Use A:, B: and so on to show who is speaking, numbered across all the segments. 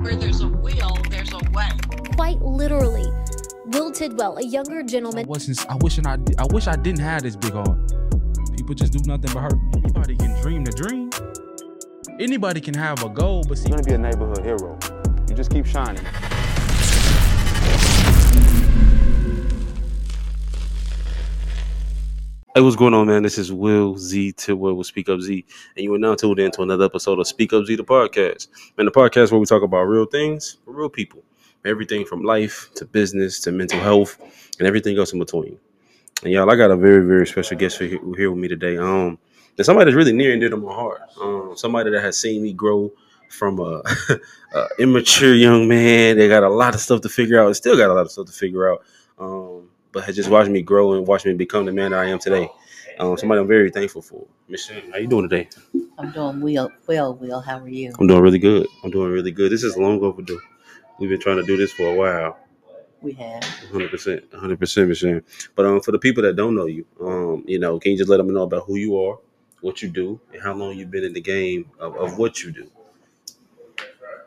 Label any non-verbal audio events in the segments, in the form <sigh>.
A: Where there's a will, there's a way.
B: Quite literally, Will Tidwell, a younger
C: I
B: gentleman,
C: wasn't. I wish I. I wish I didn't have this big heart. People just do nothing but hurt. me. Anybody can dream the dream. Anybody can have a goal, but see,
D: You're gonna be a neighborhood hero. You just keep shining.
E: Hey, what's going on, man? This is Will Z Tidwell with Speak Up Z, and you are now tuned in to another episode of Speak Up Z, the podcast. Man, the podcast where we talk about real things for real people. Everything from life to business to mental health and everything else in between. And y'all, I got a very, very special guest for here, here with me today. Um, and somebody that's really near and dear to my heart. Um, somebody that has seen me grow from a, <laughs> a immature young man that got a lot of stuff to figure out, and still got a lot of stuff to figure out. Um, but has just watched me grow and watched me become the man that I am today. Um, somebody I'm very thankful for. Michelle, how you doing today?
F: I'm doing well, well, Will. How are you?
E: I'm doing really good. I'm doing really good. This is long overdue. We've been trying to do this for a while.
F: We have.
E: 100%. 100%, Michelle. But um, for the people that don't know you, um, you know, can you just let them know about who you are, what you do, and how long you've been in the game of, of what you do?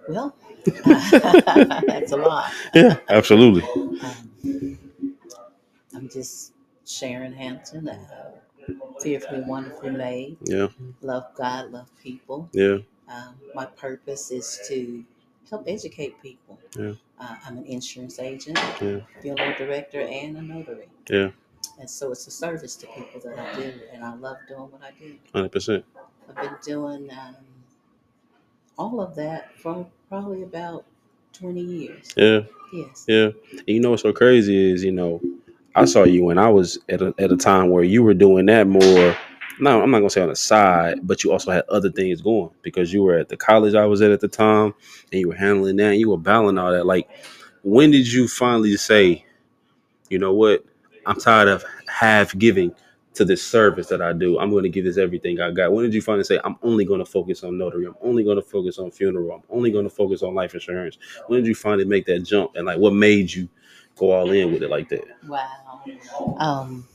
F: Well, <laughs> that's a lot.
E: Yeah, absolutely.
F: Um, I'm just Sharon Hampton, uh, fearfully, wonderfully made.
E: Yeah,
F: Love God, love people.
E: yeah,
F: Um, my purpose is to help educate people.
E: Yeah.
F: Uh, I'm an insurance agent,
E: yeah,
F: funeral director, and a notary.
E: yeah,
F: And so it's a service to people that I do, and I love doing what I do.
E: 100%.
F: I've been doing um, all of that for probably about 20 years.
E: Yeah.
F: Yes.
E: Yeah, and you know what's so crazy is you know I saw you when I was at a, at a time where you were doing that more. No, I'm not gonna say on the side, but you also had other things going because you were at the college I was at at the time, and you were handling that, and you were battling all that. Like, when did you finally say, you know what, I'm tired of half giving to this service that I do. I'm going to give this everything I got. When did you finally say, I'm only going to focus on notary. I'm only going to focus on funeral. I'm only going to focus on life insurance when did you finally make that jump and like what made you go all in with it like that
F: Wow. Um,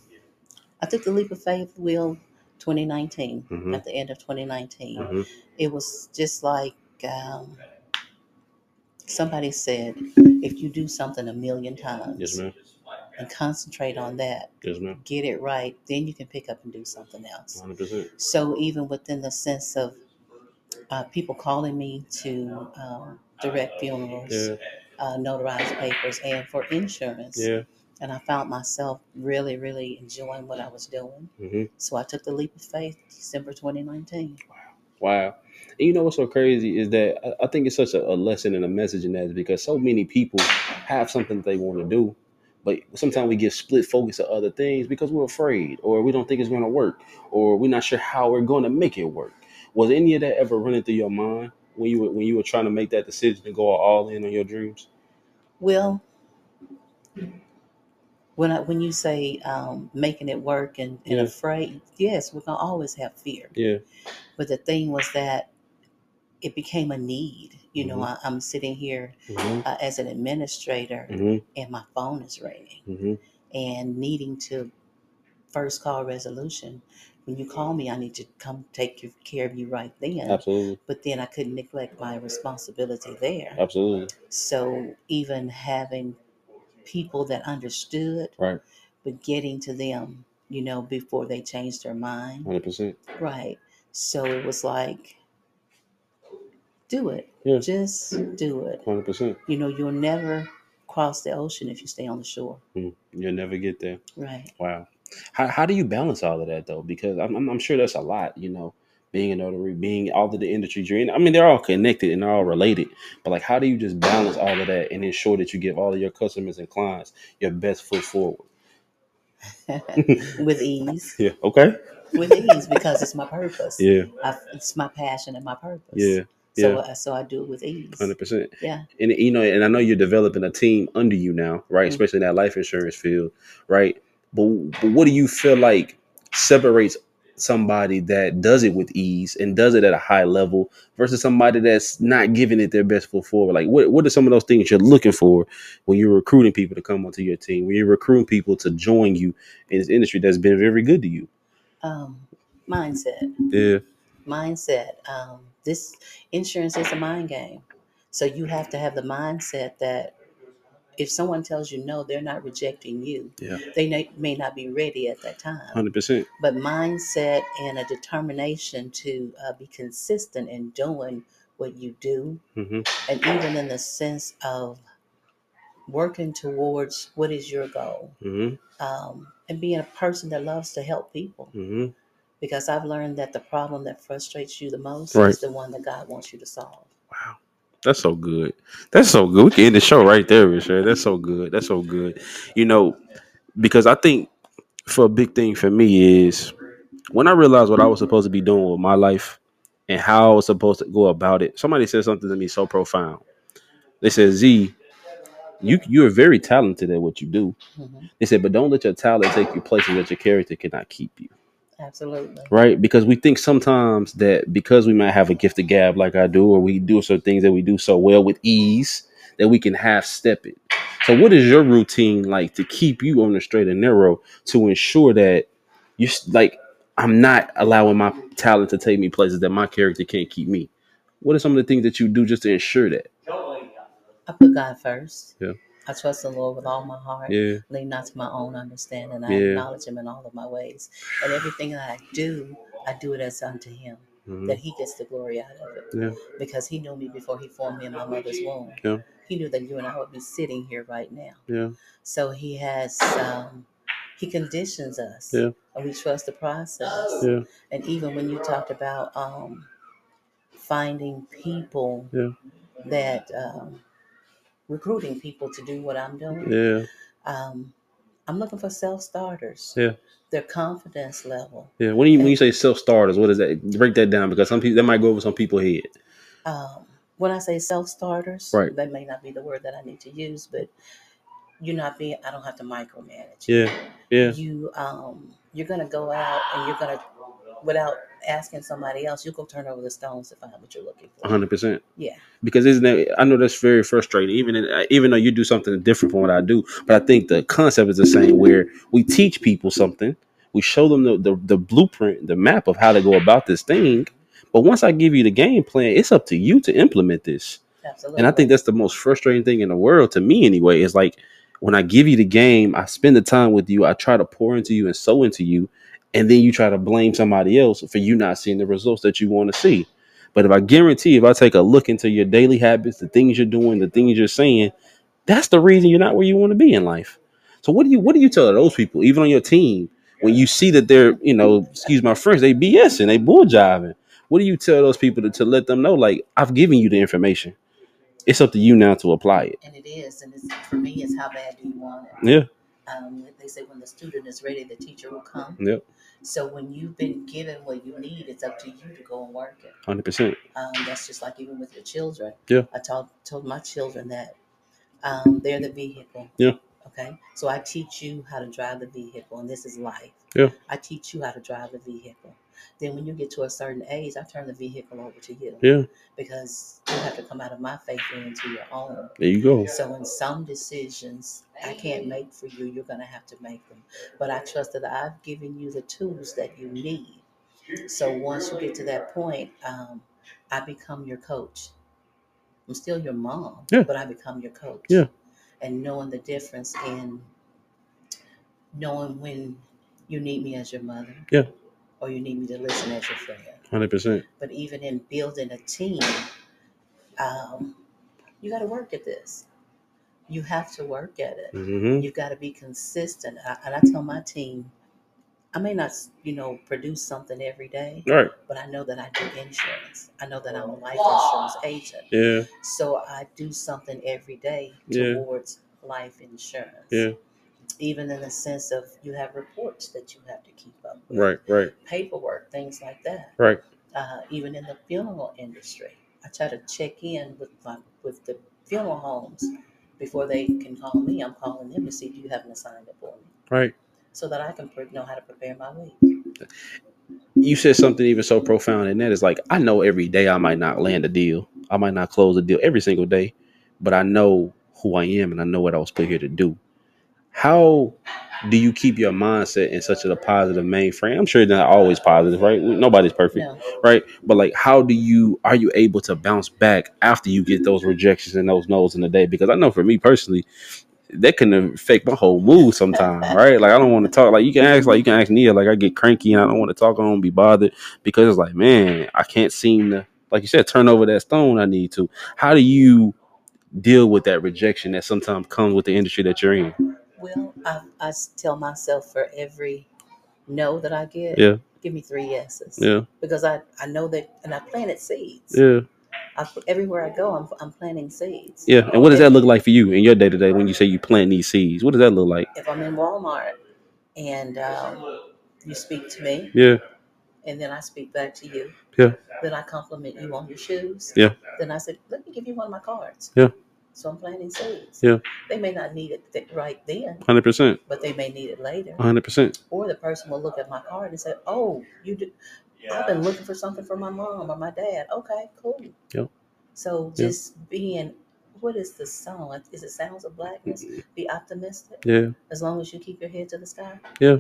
F: I took the leap of faith, Will, 2019,
E: Mhm.
F: at the end of 2019.
E: hmm
F: It was just like um, somebody said if you do something a million times
E: yes ma'am
F: and concentrate on that,
E: yes ma'am
F: get it right, then you can pick up and do something else.
E: 100%
F: So even within the sense of uh, people calling me to um, direct funerals,
E: yeah
F: uh, notarize papers, and for insurance,
E: yeah
F: and I found myself really, really enjoying what I was doing.
E: hmm
F: So I took the leap of faith, December 2019.
E: wow and you know what's so crazy is that i, I think it's such a, a lesson and a message in that is because so many people have something they want to do but sometimes we get split focus to other things because we're afraid or we don't think it's going to work or we're not sure how we're going to make it work was any of that ever running through your mind when you were when you were trying to make that decision to go all in on your dreams
F: Well, when I, when you say um, making it work and, and
E: Yeah.
F: afraid, yes, we're gonna always have fear.
E: yeah
F: But the thing was that it became a need. You know,
E: Mhm.
F: I, I'm sitting here
E: hmm
F: uh, as an administrator,
E: hmm
F: and my phone is ringing.
E: hmm
F: and needing to first call resolution. When you call me, I need to come take your- care of you right then.
E: Absolutely,
F: But then I couldn't neglect my responsibility there.
E: absolutely,
F: So even having people that understood,
E: right,
F: but getting to them, you know, before they changed their mind,
E: hundred percent.
F: right? So it was like, do it,
E: Yeah.
F: just do it.
E: Hundred percent.
F: You know, you'll never cross the ocean if you stay on the shore,
E: You'll never get there. <laughs>
F: right?
E: Wow. How how do you balance all of that though? Because I'm I'm, I'm sure that's a lot. You know, being a notary, being all of the industries you're in. I mean, they're all connected and they're all related. But like, how do you just balance all of that and ensure that you give all of your customers and clients your best foot forward?
F: With ease.
E: Yeah. Okay.
F: with ease because it's my purpose.
E: Yeah.
F: I, it's my passion and my purpose.
E: Yeah.
F: So I so I do it with ease.
E: Hundred percent.
F: Yeah.
E: and you know, and I know you're developing a team under you now, right?
F: Mhm.
E: Especially in that life insurance field, right? But, but what do you feel like separates somebody that does it with ease and does it at a high level versus somebody that's not giving it their best foot forward? Like, what what are some of those things you're looking for when you're recruiting people to come onto your team? When you're recruiting people to join you in this industry that's been very good to you?
F: Um, mindset.
E: Yeah,
F: mindset. Um, this insurance is a mind game. So you have to have the mindset that if someone tells you no, they're not rejecting you.
E: Yeah.
F: They may, may not be ready at that time.
E: Hundred percent.
F: But mindset and a determination to uh, be consistent in doing what you do,
E: hmm
F: and even in the sense of working towards what is your goal,
E: hmm
F: um, and being a person that loves to help people.
E: hmm
F: Because I've learned that the problem that frustrates you the most
E: Right.
F: is the one that God wants you to solve.
E: Wow. That's so good. That's so good. We can end the show right there, Richard. That's so good. That's so good. You know, because I think for a big thing for me is when I realized what I was supposed to be doing with my life and how I was supposed to go about it. Somebody said something to me so profound. They said, "Z, you you are very talented at what you do."
F: hmm
E: They said, "But don't let your talent take you places that your character cannot keep you."
F: Absolutely.
E: right? Because we think sometimes that because we might have a gift of gab like I do, or we do certain things that we do so well with ease, that we can half step it. So, what is your routine like to keep you on the straight and narrow to ensure that you s- like I'm not allowing my talent to take me places that my character can't keep me? What are some of the things that you do just to ensure that?
F: I put God first.
E: Yeah.
F: I trust the Lord with all my heart.
E: Yeah,
F: Lean not to my own understanding. I
E: Yeah.
F: acknowledge Him in all of my ways. And everything that I do, I do it as unto Him,
E: Mhm.
F: that He gets the glory out of it.
E: yeah,
F: Because He knew me before He formed me in my mother's womb.
E: Yeah.
F: He knew that you and I would be sitting here right now.
E: yeah,
F: So He has, um, He conditions us.
E: Yeah.
F: And we trust the process.
E: yeah,
F: And even when you talked about um, finding people
E: Yeah.
F: that um, recruiting people to do what I'm doing,
E: yeah,
F: um, I'm looking for self starters.
E: Yeah.
F: Their confidence level.
E: yeah. When you when you say self starters, what is that? Break that down because some people that might go over some people's head.
F: Um, when I say self starters,
E: Right.
F: that may not be the word that I need to use, but you're not being. I don't have to micromanage.
E: Yeah, yeah,
F: You um, you're gonna go out and you're gonna without asking somebody else. You go turn over the stones to find what you're looking for.
E: hundred percent.
F: Yeah.
E: because isn't that, I know that's very frustrating. Even in, uh, even though you do something different from what I do, but I think the concept is the same. Where we teach people something, we show them the, the the blueprint, the map of how to go about this thing. But once I give you the game plan, it's up to you to implement this.
F: Absolutely.
E: And I think that's the most frustrating thing in the world to me, anyway. Is like when I give you the game, I spend the time with you, I try to pour into you and sow into you, and then you try to blame somebody else for you not seeing the results that you want to see. But if I guarantee, if I take a look into your daily habits, the things you're doing, the things you're saying, that's the reason you're not where you want to be in life. So what do you what do you tell those people, even on your team, when you see that they're you know, excuse my French, they BSing, they bull jiving? What do you tell those people to, to let them know? Like I've given you the information. It's up to you now to apply it.
F: and it is, and it's for me, it's how bad do you want it?
E: Yeah,
F: Um, they say when the student is ready, the teacher will come.
E: yep,
F: So when you've been given what you need, it's up to you to go and work it.
E: hundred percent.
F: Um, that's just like even with your children.
E: Yeah.
F: I told told my children that um, they're the vehicle.
E: Yeah.
F: Okay. So I teach you how to drive the vehicle, and this is life.
E: Yeah.
F: I teach you how to drive the vehicle. Then when you get to a certain age, I turn the vehicle over to you
E: Yeah,
F: because you have to come out of my faith and into your own.
E: there you go.
F: So in some decisions I can't make for you, you're gonna have to make them. But I trust that I've given you the tools that you need. So once you get to that point, um, I become your coach. I'm still your mom,
E: Yeah.
F: but I become your coach.
E: Yeah.
F: And knowing the difference in knowing when you need me as your mother.
E: Yeah.
F: Or you need me to listen as your friend.
E: Hundred percent.
F: But even in building a team, um, you got to work at this. You have to work at it.
E: Mm-hmm.
F: You've got to be consistent. I, and I tell my team, I may not, you know, produce something every day,
E: All right.
F: but I know that I do insurance. I know that I'm a life insurance agent.
E: Yeah.
F: So I do something every day
E: Yeah.
F: towards life insurance.
E: Yeah.
F: Even in the sense of you have reports that you have to keep up with,
E: Right. Right.
F: paperwork, things like that.
E: Right.
F: Uh, even in the funeral industry, I try to check in with my, with the funeral homes before they can call me. I'm calling them to see do you have an assignment for me,
E: Right.
F: so that I can pre- know how to prepare my week.
E: you said something even so profound and that is like i know every day i might not land a deal i might not close a deal every single day but i know who i am and i know what i was put here to do How do you keep your mindset in such a positive mainframe? I'm sure it's not always positive, right? Nobody's perfect
F: No,
E: right? But like, how do you are you able to bounce back after you get those rejections and those no's in the day? Because I know for me personally, that can affect my whole mood <laughs> sometimes, right? Like I don't want to talk. Like you can ask, like you can ask Nia, like I get cranky and I don't want to talk. I don't be bothered because it's like, man, I can't seem to, like you said, turn over that stone. I need to. How do you deal with that rejection that sometimes comes with the industry that you're in?
F: Well, I, I s- tell myself for every no that I get,
E: Yeah,
F: give me three yeses.
E: yeah,
F: Because I, I know that, and I planted seeds.
E: yeah,
F: I, everywhere I go, I'm, I'm planting seeds.
E: yeah. And what does that look like for you in your day to day when you say you plant these seeds? What does that look like?
F: If I'm in Walmart and um, you speak to me,
E: Yeah,
F: and then I speak back to you.
E: Yeah.
F: Then I compliment you on your shoes.
E: Yeah.
F: Then I said, let me give you one of my cards.
E: Yeah.
F: So I'm planting seeds.
E: Yeah.
F: They may not need it th- right then,
E: hundred percent,
F: but they may need it later.
E: hundred percent.
F: Or the person will look at my card and say, oh, you do. I've been looking for something for my mom or my dad. Okay, cool.
E: Yeah.
F: So
E: Yeah.
F: just being, what is the song? Is it Sounds of Blackness? Be optimistic
E: Yeah.
F: as long as you keep your head to the sky.
E: Yeah.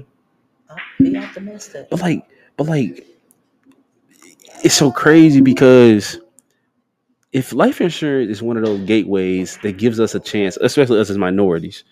F: Op- Be optimistic.
E: But like, but like, it's so crazy because if life insurance is one of those gateways that gives us a chance, especially us as minorities,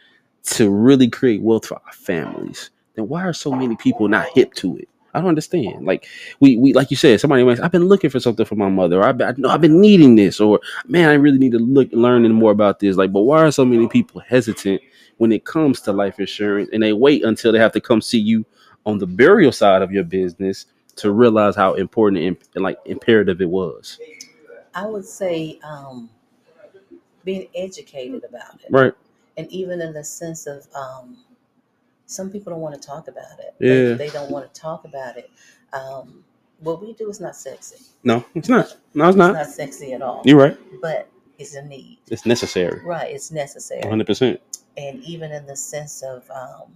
E: to really create wealth for our families, then why are so many people not hip to it? I don't understand. Like we, we like you said, somebody might. I've been looking for something for my mother. Or I've been, I know I've been needing this, or man, I really need to look learning more about this. Like, but why are so many people hesitant when it comes to life insurance, and they wait until they have to come see you on the burial side of your business to realize how important and and, like imperative it was.
F: I would say um, being educated about it,
E: Right.
F: and even in the sense of um, some people don't want to talk about it.
E: Yeah.
F: They, they don't want to talk about it. Um, what we do is not sexy. It's
E: No, it's not. No, it's not.
F: not sexy at all.
E: You're right.
F: But it's a need.
E: It's necessary.
F: Right. It's necessary.
E: 100. percent
F: And even in the sense of um,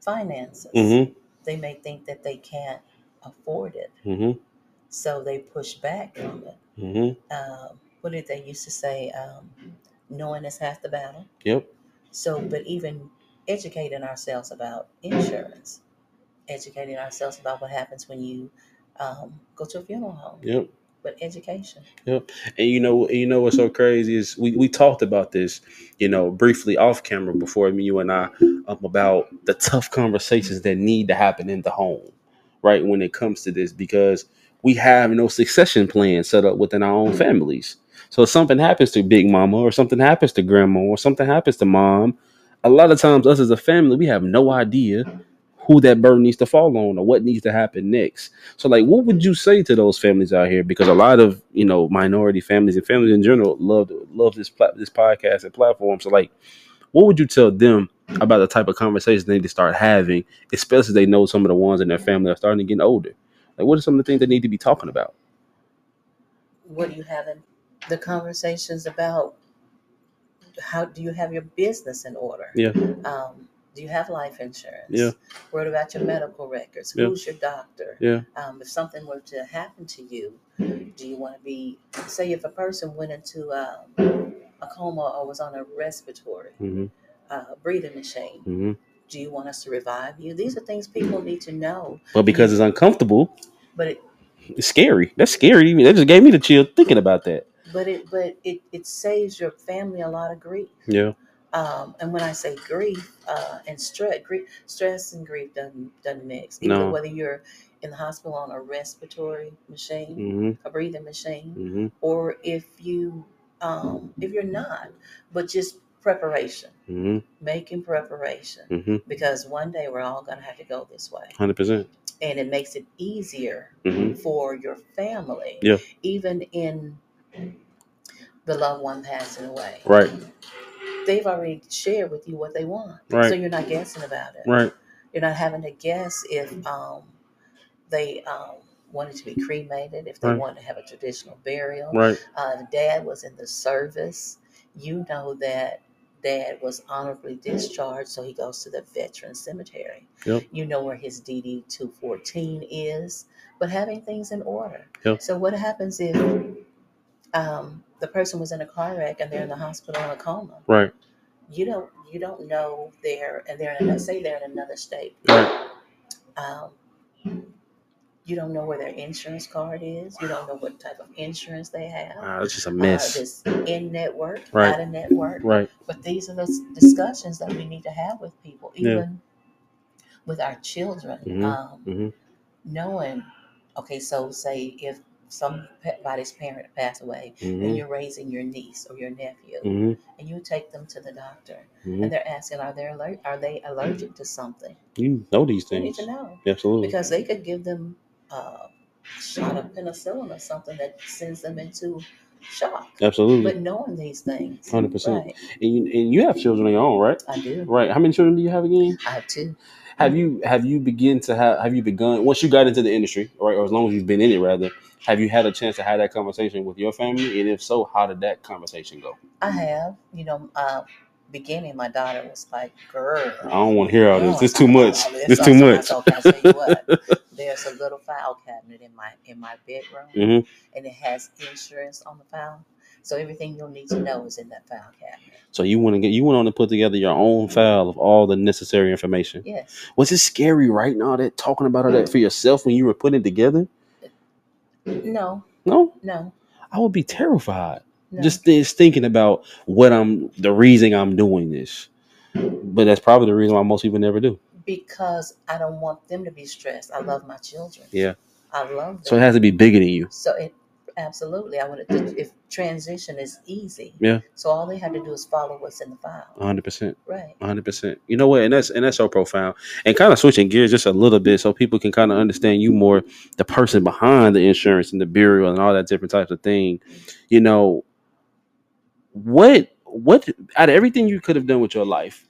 F: finances,
E: Mm-hmm.
F: they may think that they can't afford it,
E: Mm-hmm.
F: so they push back on it.
E: Mm-hmm.
F: um, what did they used to say? Um, knowing is half the battle.
E: Yep.
F: So, but even educating ourselves about insurance, educating ourselves about what happens when you um, go to a funeral home.
E: Yep.
F: But education,
E: And you know, and you know what's so crazy is we, we talked about this, you know, briefly off camera before me, you and I, um, about the tough conversations that need to happen in the home, right? When it comes to this, because we have no succession plan set up within our own families. So if something happens to Big Mama, or something happens to Grandma, or something happens to Mom, a lot of times us as a family, we have no idea who that burden needs to fall on or what needs to happen next. So, like, what would you say to those families out here? Because a lot of you know minority families and families in general love love this plat- this podcast and platform. So, like, what would you tell them about the type of conversations they need to start having, especially if they know some of the ones in their family are starting to get older? Like, what are some of the things they need to be talking about?
F: what do you have in the conversations about? How do you have your business in order?
E: Yeah,
F: Um, do you have life insurance?
E: Yeah.
F: What about your medical records?
E: Yeah.
F: Who's your doctor?
E: yeah,
F: um, if something were to happen to you, do you want to be, say, if a person went into um, a coma or was on a respiratory
E: mm-hmm,
F: uh, breathing machine,
E: mm-hmm.
F: do you want us to revive you? These are things people need to know.
E: But because it's uncomfortable,
F: But it,
E: it's scary. That's scary. Even- That just gave me the chill thinking about that.
F: but it, but it, it saves your family a lot of grief.
E: Yeah,
F: Um, and when I say grief uh, and stress, grief, stress and grief doesn't doesn't mix. Even
E: No.
F: whether you're in the hospital on a respiratory machine,
E: mm-hmm,
F: a breathing machine,
E: mm-hmm,
F: or if you um, if you're not, but just preparation,
E: mm-hmm,
F: making preparation,
E: mm-hmm.
F: because one day we're all going to have to go this way,
E: Hundred percent.
F: and it makes it easier
E: Mm-hmm.
F: for your family,
E: Yeah.
F: even in the loved one passing away.
E: Right,
F: They've already shared with you what they want,
E: Right.
F: so you're not guessing about it.
E: right.
F: You're not having to guess if um, they um, wanted to be cremated, if they
E: Right.
F: wanted to have a traditional burial,
E: Right.
F: uh, the dad was in the service. You know that dad was honorably discharged, so he goes to the veteran cemetery.
E: Yep.
F: You know where his DD 214 is, but having things in order.
E: Yep.
F: So, what happens if um, the person was in a car wreck and they're in the hospital in a coma?
E: Right.
F: you don't you don't know they're and they're in, say they're in another state.
E: Right.
F: Um, you don't know where their insurance card is. You don't know what type of insurance they have.
E: Wow, that's Ah, just a
F: Uh,
E: mess.
F: this in network,
E: Right.
F: out of network.
E: right.
F: But these are the s- discussions that we need to have with people,
E: Yeah.
F: even with our children.
E: Mhm,
F: Um,
E: mhm.
F: Knowing, okay, so say if somebody's parent passed away, and
E: hmm
F: you're raising your niece or your nephew,
E: hmm
F: and you take them to the doctor,
E: hmm
F: and they're asking, are they aller- are they allergic to something?
E: You know these
F: You need
E: things.
F: to know
E: Absolutely.
F: because they could give them a shot of penicillin or something that sends them into shock.
E: Absolutely.
F: But knowing these things,
E: 100%.
F: right?
E: And you, and you have children of your own, right?
F: I do.
E: Right. How many children do you have again?
F: I have two. Mm-hmm.
E: Have you have you begin to have have you begun once you got into the industry, right, or as long as you've been in it rather, have you had a chance to have that conversation with your family? And if so, how did that conversation go?
F: I have. You know, uh, beginning, my daughter was like, "Girl,
E: I don't want to hear all this.
F: Oh,
E: This
F: I
E: too
F: know
E: much.
F: all this.
E: This
F: I
E: too
F: told
E: much.
F: myself, I tell you
E: <laughs>
F: what, there's a little file cabinet in my in my bedroom,
E: Mhm.
F: and it has insurance on the file. So everything you'll need to know is in that file cabinet.
E: So you want to get you went on to put together your own
F: Mm-hmm.
E: file of all the necessary information.
F: Yes,
E: Was it scary right now that talking about all
F: Mm-hmm.
E: that for yourself when you were putting it together?
F: no,
E: No,
F: no,
E: I would be terrified.
F: no.
E: Just this thinking about what I'm the reason I'm doing this. But that's probably the reason why most people never do.
F: because I don't want them to be stressed. I love my children.
E: Yeah.
F: I love them.
E: So it has to be bigger than you.
F: So it absolutely. I want it to. If transition is easy,
E: Yeah.
F: So all they have to do is follow what's in the file,
E: 100%.
F: right?
E: hundred percent. You know what? And that's and that's so profound. And kind of switching gears just a little bit, so people can kind of understand you more, the person behind the insurance and the burial and all that different types of thing. You know, what what out of everything you could have done with your life,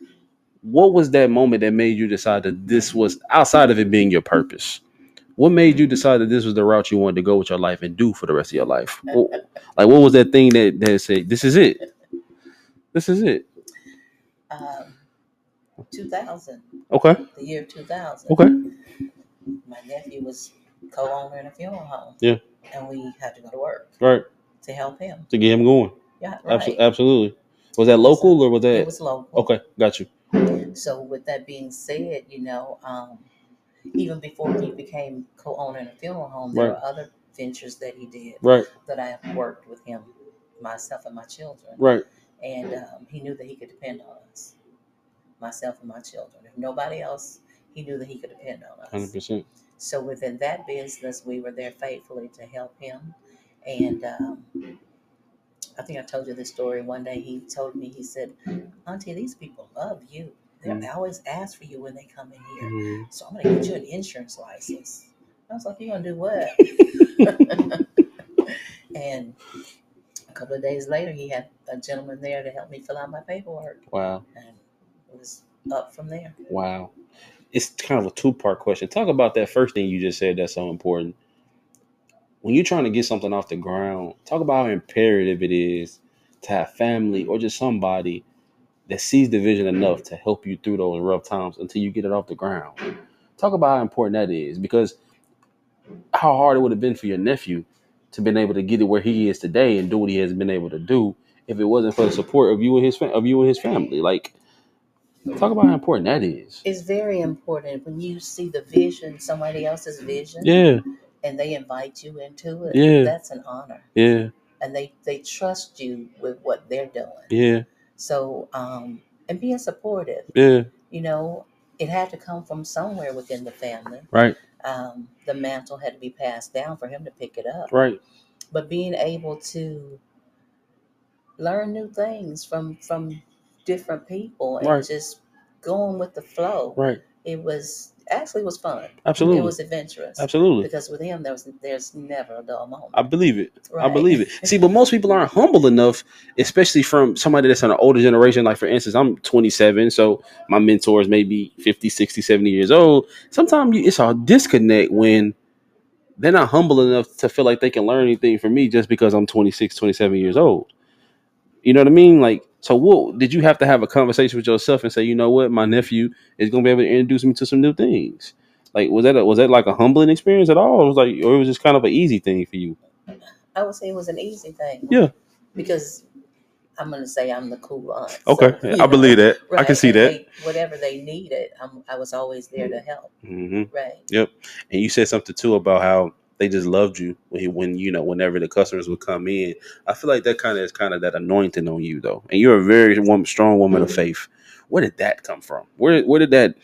E: what was that moment that made you decide that this was outside of it being your purpose? What made you decide that this was the route you wanted to go with your life and do for the rest of your life? What- like, what was that thing that that said, "This is it, this is it"?
F: Um, two thousand,
E: Okay,
F: the year two thousand.
E: okay,
F: my nephew was co-owner in a funeral home.
E: Yeah.
F: And we had to go to work
E: right.
F: to help him.
E: To get him going.
F: Yeah, right.
E: Abso- Absolutely. Was that local or was
F: It
E: that
F: was local.
E: okay? Got you.
F: So with that being said, you know, um, even before he became co-owner in a funeral home, there
E: Right.
F: were other ventures that he did
E: Right,
F: that I have worked with him, myself and my children.
E: right,
F: And
E: Mm-hmm.
F: um, he knew that he could depend on us, myself and my children. If nobody else, he knew that he could depend on us.
E: hundred percent.
F: So within that business, we were there faithfully to help him. And um, I think I told you this story. One day he told me, he said, Auntie, these people love you. They're,
E: Mm-hmm.
F: They always ask for you when they come in here. So I'm going to get you an insurance license. I was like, you going to do <laughs> what? and a couple of days later, he had a gentleman there to help me fill out my paperwork.
E: Wow,
F: And it was up from there.
E: wow. It's kind of a two part question. Talk about that first thing you just said that's so important. When you're trying to get something off the ground, talk about how imperative it is to have family or just somebody that sees the vision enough to help you through those rough times until you get it off the ground. Talk about how important that is because how hard it would have been for your nephew to been able to get it where he is today and do what he has been able to do if it wasn't for the support of you and his fam- of you and his family. Like, talk about how important that is.
F: It's very important when you see the vision, somebody else's vision.
E: Yeah,
F: and they invite you into it,
E: Yeah.
F: that's an honor.
E: yeah,
F: And they they trust you with what they're doing.
E: yeah,
F: So um, and being supportive,
E: yeah.
F: you know, it had to come from somewhere within the family.
E: Right,
F: Um, the mantle had to be passed down for him to pick it up.
E: right,
F: But being able to learn new things from from different people and
E: Right.
F: just going with the flow,
E: right.
F: it was actually was fun.
E: Absolutely,
F: It was adventurous
E: absolutely.
F: because with him there was there's never a dull moment.
E: I believe it. I
F: Right.
E: believe it. See, but most people aren't humble enough, especially from somebody that's on an older generation. Like, for instance, I'm 27, so my mentors may be 50, 60, 70 years old. Sometimes you, it's a disconnect when they're not humble enough to feel like they can learn anything from me just because I'm 26, 27 years old. You know what I mean? Like, so what did you have to have a conversation with yourself and say, you know what, my nephew is going to be able to introduce me to some new things? Like, was that a, was that like a humbling experience at all? It was like, or it was just kind of an easy thing for you?
F: I would say it was an easy thing.
E: Yeah.
F: Because I'm gonna say I'm the cool aunt. so,
E: Okay,
F: <laughs> you
E: I
F: know,
E: believe that. I can
F: right,
E: see
F: and
E: that.
F: they- whatever they needed, I'm, I was always there to help.
E: hmm
F: Right.
E: And you said something too about how they just loved you when, you- when you know whenever the customers would come in. I feel like that kind of is kind of that anointing on you though, and you're a very wom- strong woman of faith. Where did that come from? Where where did that?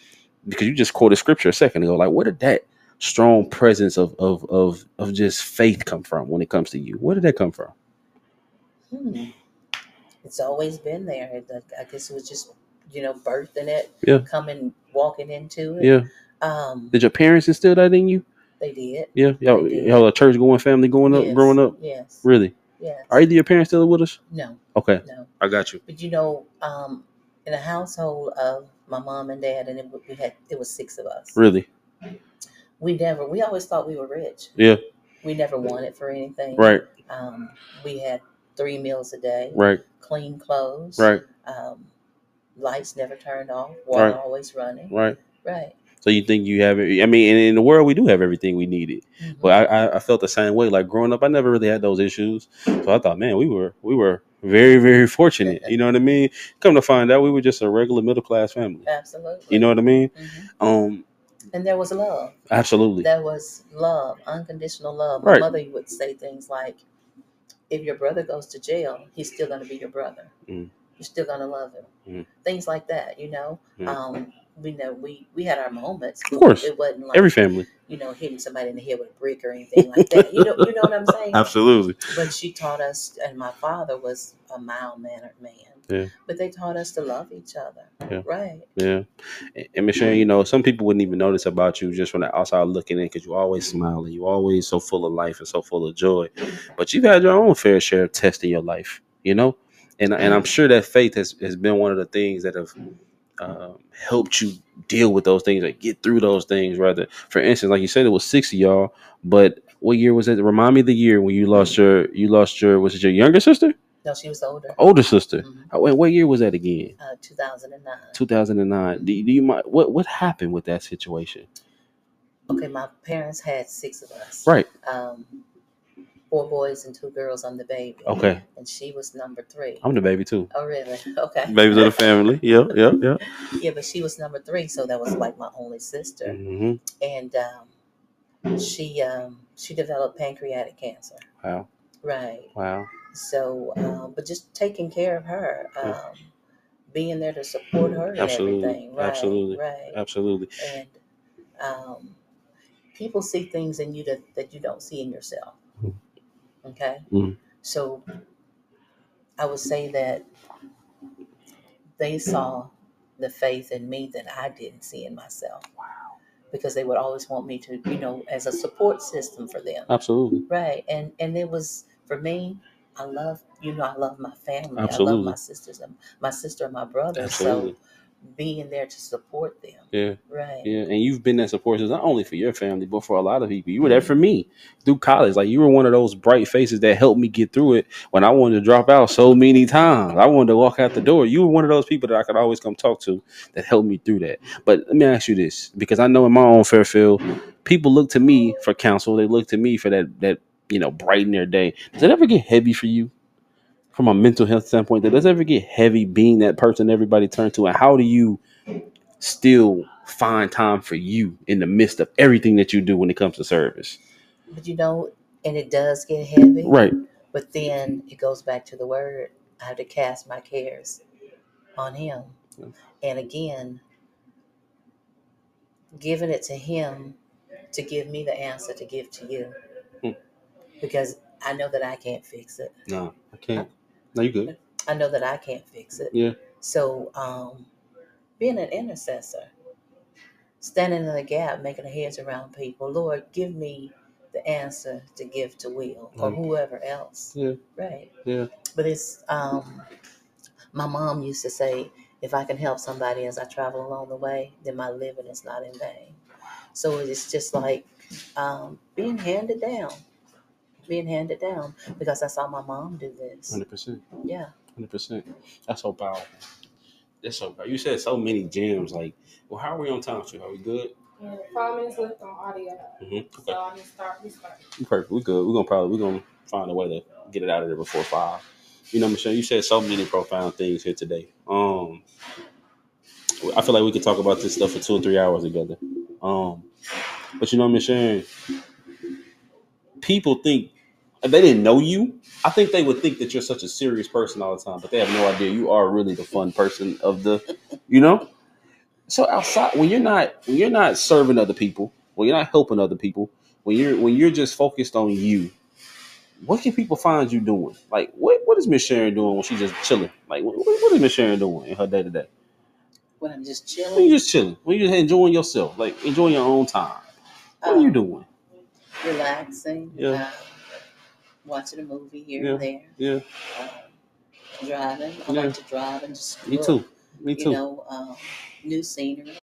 E: Because you just quoted scripture a second ago. Like where did that strong presence of of of of just faith come from when it comes to you? Where did that come from?
F: Hmm. It's always been there. It- I I guess it was just you know birthing it,
E: Yeah.
F: coming walking into it.
E: Yeah.
F: Um,
E: Did your parents instill that in you?
F: they did.
E: Yeah. Y'all,
F: They did.
E: y'all a church going family going up
F: yes.
E: growing up.
F: Yes.
E: Really?
F: Yes.
E: Are either your parents still with us?
F: No.
E: Okay,
F: No.
E: I got you.
F: But you know, um, in a household of my mom and dad, and it, wa- we had it was six of us.
E: Really?
F: We never. We always thought we were rich.
E: Yeah.
F: We never wanted for anything.
E: Right.
F: Um, we had three meals a day,
E: Right.
F: clean clothes.
E: Right.
F: Um, lights never turned off. Water
E: Right.
F: always running.
E: Right.
F: Right.
E: So you think you have it? I mean, in, in the world, we do have everything we needed.
F: Mhm.
E: But I, I, I felt the same way. Like growing up, I never really had those issues. So I thought, man, we were we were very very fortunate. You know what I mean? Come to find out, we were just a regular middle class family.
F: Absolutely.
E: You know what I mean?
F: Mhm.
E: Um,
F: And there was love.
E: absolutely.
F: There was love, unconditional love.
E: Right.
F: My mother would say things like, if your brother goes to jail, he's still going to be your brother.
E: Mm.
F: You're still going to love him.
E: Mm.
F: Things like that, you know.
E: Mm.
F: Um, we know we we had our moments.
E: Of course.
F: it wasn't like
E: Every family.
F: you know hitting somebody in the head with a brick or anything like that. You know, you know
E: <laughs>
F: what I'm saying?
E: Absolutely.
F: But she taught us, and my father was a mild mannered man.
E: Yeah.
F: But they taught us to love each other.
E: Yeah.
F: Right.
E: Yeah. And- And Michelle, you know, some people wouldn't even notice about you just from the outside looking in because you always smiling. You always so full of life and so full of joy. But you've had your own fair share of tests in your life, you know? And and I'm sure that faith has, has been one of the things that have um, helped you deal with those things, like get through those things rather. For instance, like you said, it was six of y'all, but what year was it? Remind me of the year when you lost your you lost your was it your younger sister?
F: No, she was older.
E: Older sister.
F: Mhm.
E: Oh, Wait, what year was that again?
F: Uh, 2009.
E: 2009. Do, do you mind what what happened with that situation?
F: Okay, my parents had six of us.
E: Right.
F: Um, four boys and two girls. I'm the baby.
E: Mm-hmm. Okay.
F: And she was number three.
E: I'm the baby too.
F: Oh, really? <laughs> Okay.
E: Babies of the family. Yeah, yeah, yeah.
F: Yeah, but she was number three, so that was like my only sister.
E: hmm
F: And um, she um, she developed pancreatic cancer.
E: Wow.
F: Right.
E: Wow.
F: So, um, but just taking care of her, um,
E: Yeah.
F: being there to support her and
E: Absolutely.
F: everything. Right.
E: Absolutely.
F: Right.
E: Absolutely.
F: And um, people see things in you that, that you don't see in yourself.
E: Mhm.
F: Okay.
E: Mhm.
F: So I would say that they saw the faith in me that I didn't see in myself. Wow. Because they would always want me to, you know, as a support system for them.
E: Uh. Absolutely.
F: Right. And and it was for me, I love you know, I love my family. I love
E: Absolutely.
F: my sisters and my sister and my brother.
E: Absolutely.
F: So being there to support them.
E: Yeah.
F: Right.
E: Yeah. And you've been that support system not only for your family, but for a lot of people. You were there for me through college. Like you were one of those bright faces that helped me get through it when I wanted to drop out so many times. I wanted to walk out the door. You were one of those people that I could always come talk to that helped me through that. But let me ask you this, because I know in my own Fairfield, people look to me for counsel. They look to me for that that you know, brighten their day. Does it ever get heavy for you? From a mental health standpoint, does it ever get heavy being that person everybody turned to? And how do you still find time for you in the midst of everything that you do when it comes to service.
F: But you know, and it does get heavy.
E: Right.
F: But then it goes back to the word. I have to cast my cares on him.
E: Yeah.
F: And again, giving it to him to give me the answer to give to you.
E: Hmm.
F: Because I know that I can't fix it.
E: No, I can't. No, you good.
F: I know that I can't fix it.
E: Yeah.
F: So um, being an intercessor, standing in the gap, making a hedge around people, Lord, give me the answer to give to Will or
E: Mm.
F: whoever else.
E: Yeah.
F: Right.
E: Yeah.
F: But it's um, my mom used to say, if I can help somebody as I travel along the way, then my living is not in vain. So it's just like um, being handed down, being handed down, because I saw my mom do this.
E: Hundred percent.
F: Yeah.
E: Hundred percent. That's so powerful. That's so powerful. You said so many gems. Like, well, how are we on time? Sue? Are we good?
G: Yeah, five minutes left on audio.
E: Mm-hmm.
G: So I'm gonna start restart.
E: Perfect. We good. We're gonna probably we're gonna find a way to get it out of there before five. You know, Michelle, you said so many profound things here today. Um, I feel like we could talk about this stuff for two or three hours together. Um, but you know, Michelle, people think if they didn't know you, I think they would think that you're such a serious person all the time, but they have no idea you are really the fun person of the, you know. So outside, when you're not when you're not serving other people, when you're not helping other people, when you're when you're just focused on you, what can people find you doing? Like, what what is Miss Sharon doing when she's just chilling? Like, what, what is Miss Sharon doing in her day to day?
F: When I'm just
E: When
F: chilling,
E: you just chilling, when you just enjoying yourself, like enjoying your own time. What are you
F: um,
E: doing?
F: relaxing,
E: Yeah.
F: um, watching a movie here and there,
E: Yeah,
F: um, driving. I
E: Yeah.
F: like to drive and just
E: me
F: look,
E: too. Me
F: You
E: too.
F: know, um, new scenery.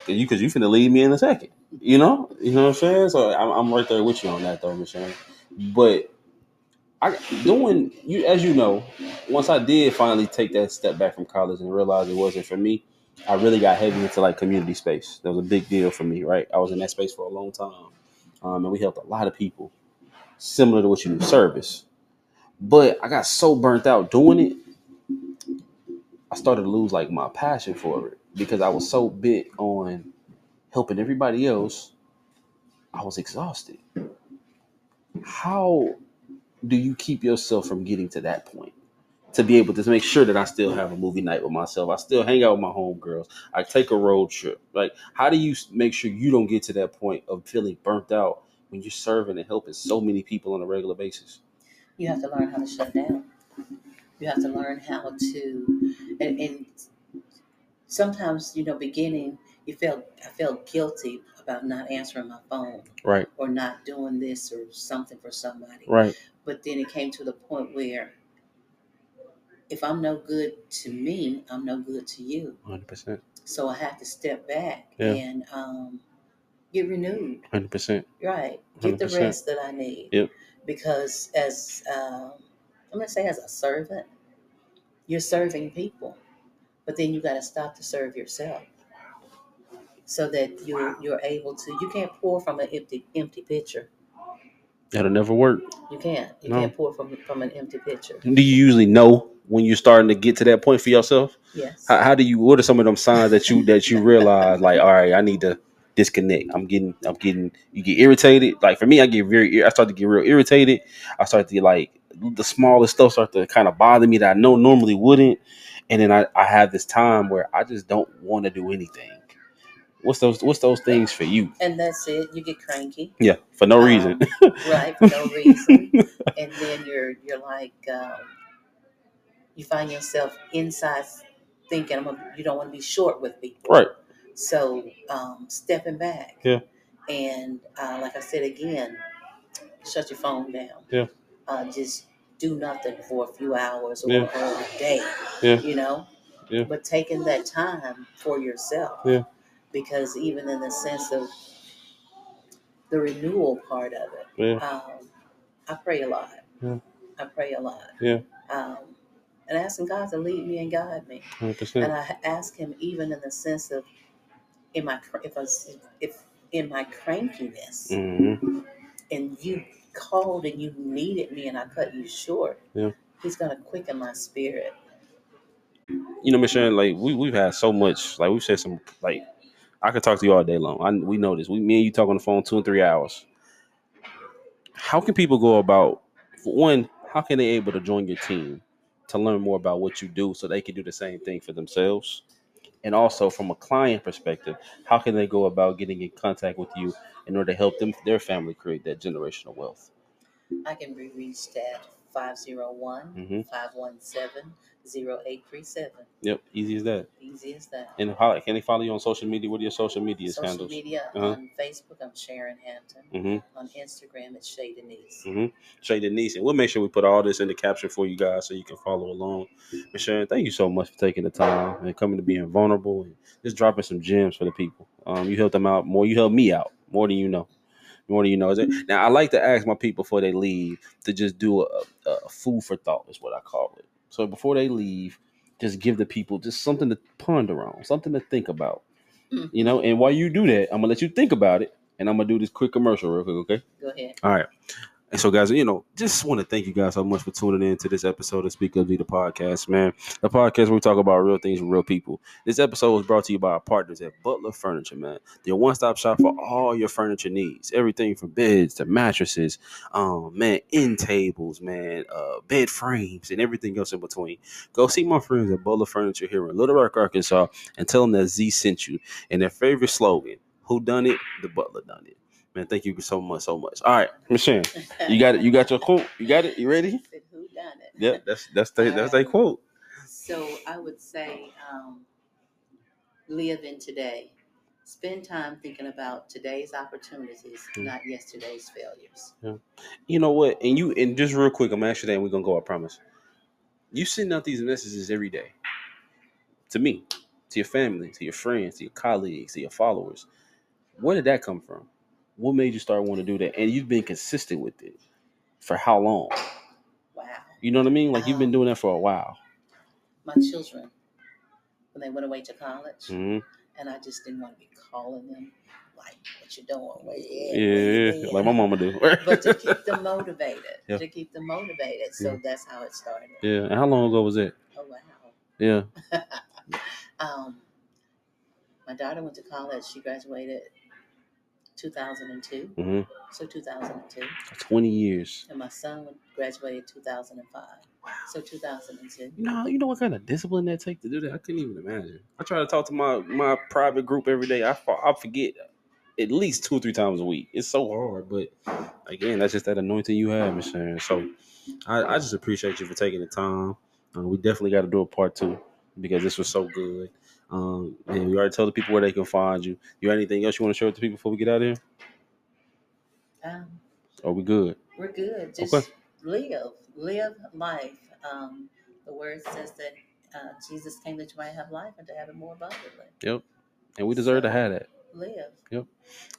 E: Cause you, cause you finna leave me in a second. You know, you know what I'm saying. So I'm, I'm right there with you on that though, Michelle. But I doing you as you know. Once I did finally take that step back from college and realized it wasn't for me, I really got heavy into like community space. That was a big deal for me, right? I was in that space for a long time, um, and we helped a lot of people, similar to what you do, service. But I got so burnt out doing it I started to lose like my passion for it because I was so bent on helping everybody else. I was exhausted. How do you keep yourself from getting to that point? To be able to make sure that I still have a movie night with myself, I still hang out with my homegirls, I take a road trip. Like, how do you s- make sure you don't get to that point of feeling burnt out when you're serving and helping so many people on a regular basis?
F: You have to learn how to shut down. You have to learn how to, and, and sometimes you know, beginning, you felt I felt guilty about not answering my phone
E: Right,
F: or not doing this or something for somebody.
E: right,
F: But then it came to the point where if I'm no good to me, I'm no good to you.
E: 100%,
F: So I have to step back
E: Yeah.
F: and um, get renewed.
E: 100%.
F: Right. Get the
E: 100%.
F: rest that I need.
E: Yep.
F: Because as um, I'm gonna say, as a servant, you're serving people, but then you got to stop to serve yourself, so that you're you're able to. You can't pour from an empty empty pitcher.
E: That'll never work.
F: You can't. You
E: No. Mm.
F: can't pour from from an empty pitcher.
E: do you usually know when you're starting to get to that point for yourself?
F: Yes.
E: How, how do you? What are some of them signs that you that you realize? Like, all right, I need to disconnect. I'm getting, I'm getting. You get irritated. Like for me, I get very. ir- I start to get real irritated. I start to like the smallest stuff start to kind of bother me that I know normally wouldn't. And then I, I have this time where I just don't want to do anything. What's those? What's those things for you?
F: And that's it. You get cranky.
E: Yeah, for no reason.
F: Um, <laughs> right, for no reason. and then you're you're like um, you find yourself inside thinking I'm a, you don't want to be short with people.
E: right.
F: So um, stepping back.
E: Yeah.
F: And uh, like I said again, shut your phone down.
E: Yeah.
F: Uh, just do nothing for a few hours or,
E: Yeah.
F: or a day.
E: Yeah.
F: You know.
E: Yeah.
F: But taking that time for yourself.
E: Yeah.
F: Because even in the sense of the renewal part of it
E: Yeah.
F: um, I pray a lot.
E: Yeah.
F: I pray a lot.
E: Yeah.
F: Um, and asking God to lead me and guide me,
E: Hundred
F: and
E: percent.
F: I ask Him even in the sense of in my cr- if I was, if in my crankiness,
E: Mm-hmm.
F: and you called and you needed me, and I cut you short.
E: Yeah.
F: He's gonna quicken my spirit.
E: You know, Miss Sharon, like we we've had so much. Like we've said some like I could talk to you all day long. I, we know this. We, me and you talk on the phone two and three hours. How can people go about? For one, how can they able to join your team to learn more about what you do, so they can do the same thing for themselves? And also, from a client perspective, how can they go about getting in contact with you in order to help them their family create that generational wealth?
F: I can be reached at 501
E: hmm
F: 517 0837.
E: Yep, easy as that.
F: Easy as that.
E: And how can they follow you on social media? What are your social media
F: Social
E: handles?
F: media
E: Uh-huh.
F: on Facebook, I'm Sharon Hampton.
E: hmm
F: on Instagram at Shay Denise.
E: Shay Denise. And we'll make sure we put all this in the caption for you guys so you can follow along. But Sharon, thank you so much for taking the time and coming to being vulnerable and just dropping some gems for the people. Um, you helped them out more. You helped me out more than you know. More than you know. Is it? Now, I like to ask my people before they leave to just do a, a food for thought, is what I call it. So before they leave, just give the people just something to ponder on, something to think about.
F: Mhm.
E: You know, and while you do that, I'm gonna let you think about it, and I'm gonna do this quick commercial real quick, okay?
F: Go ahead.
E: All right. And so, guys, you know, just want to thank you guys so much for tuning in to this episode of Speak Up Leader Podcast, man. The podcast where we talk about real things with real people. This episode was brought to you by our partners at Butler Furniture, man. Their one stop shop for all your furniture needs everything from beds to mattresses, um, man, end tables, man, uh, bed frames, and everything else in between. Go see my friends at Butler Furniture here in Little Rock, Arkansas, and tell them that Z sent you. And their favorite slogan, Who Done It? The Butler Done It. Man, thank you so much, so much. All right, Michelle. You got it. You got your quote. You got it. You ready?
F: <laughs> Said, Who done it?
E: Yep. That's that's the, that's their quote.
F: So I would say, um, live in today. Spend time thinking about today's opportunities,
E: Hmm.
F: not yesterday's failures.
E: You know what? And you and just real quick, I'm actually that we're gonna go. I promise. You send out these messages every day to me, to your family, to your friends, to your colleagues, to your followers. Where did that come from? What made you start wanting to do that? And you've been consistent with it for how long?
F: Wow.
E: You know what I mean? Like you've been
F: Um,
E: doing that for a while.
F: My children, when they went away to college,
E: hmm
F: and I just didn't want to be calling them like, what you doing? Where you at? Where
E: Yeah,
F: you
E: like my
F: been?"
E: mama do. <laughs>
F: but to keep them motivated,
E: Yeah.
F: to keep them motivated. So
E: Yeah.
F: that's how it started.
E: yeah. And how long ago was that?
F: Oh, wow.
E: Yeah.
F: Um, my daughter went to college. She graduated 2002,
E: hmm
F: so 2002,
E: Twenty years.
F: and my son went- graduated 2005, so 2002.
E: You know, you know what kind of discipline that take to do that. I couldn't even imagine. I try to talk to my my private group every day. I fo- I forget at least two or three times a week. It's so hard, but again, that's just that anointing you have, Miss Sharon. So I, I just appreciate you for taking the time. Uh, we definitely got to do a part two because this was so good. Um, and we already told the people where they can find you. You got anything else you want to share with the people before we get out of here?
F: Um,
E: Are we good?
F: we're good. Just
E: Okay.
F: live, live life. Um, the word says that uh, Jesus came that you might have life and to have it more abundantly.
E: And we deserve to have that.
F: Live.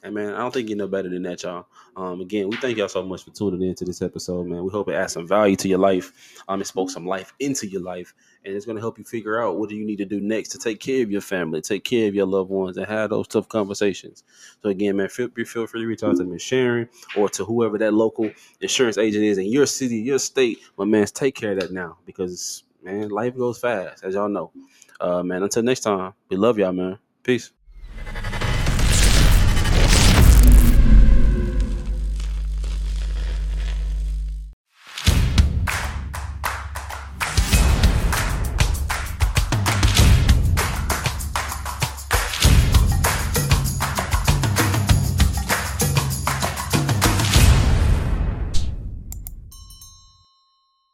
E: And man, I don't think you know better than that, y'all. Um, again, we thank y'all so much for tuning in to this episode, man. We hope it adds some value to your life. Um, it spoke some life into your life, and it's gonna help you figure out what do you need to do next to take care of your family, take care of your loved ones, and have those tough conversations. So again, man, feel, feel free to reach out to Miss Sharon or to whoever that local insurance agent is in your city, your state. But man, take care of that now because man, life goes fast, as y'all know. Uh, man, until next time, we love y'all, man. Peace.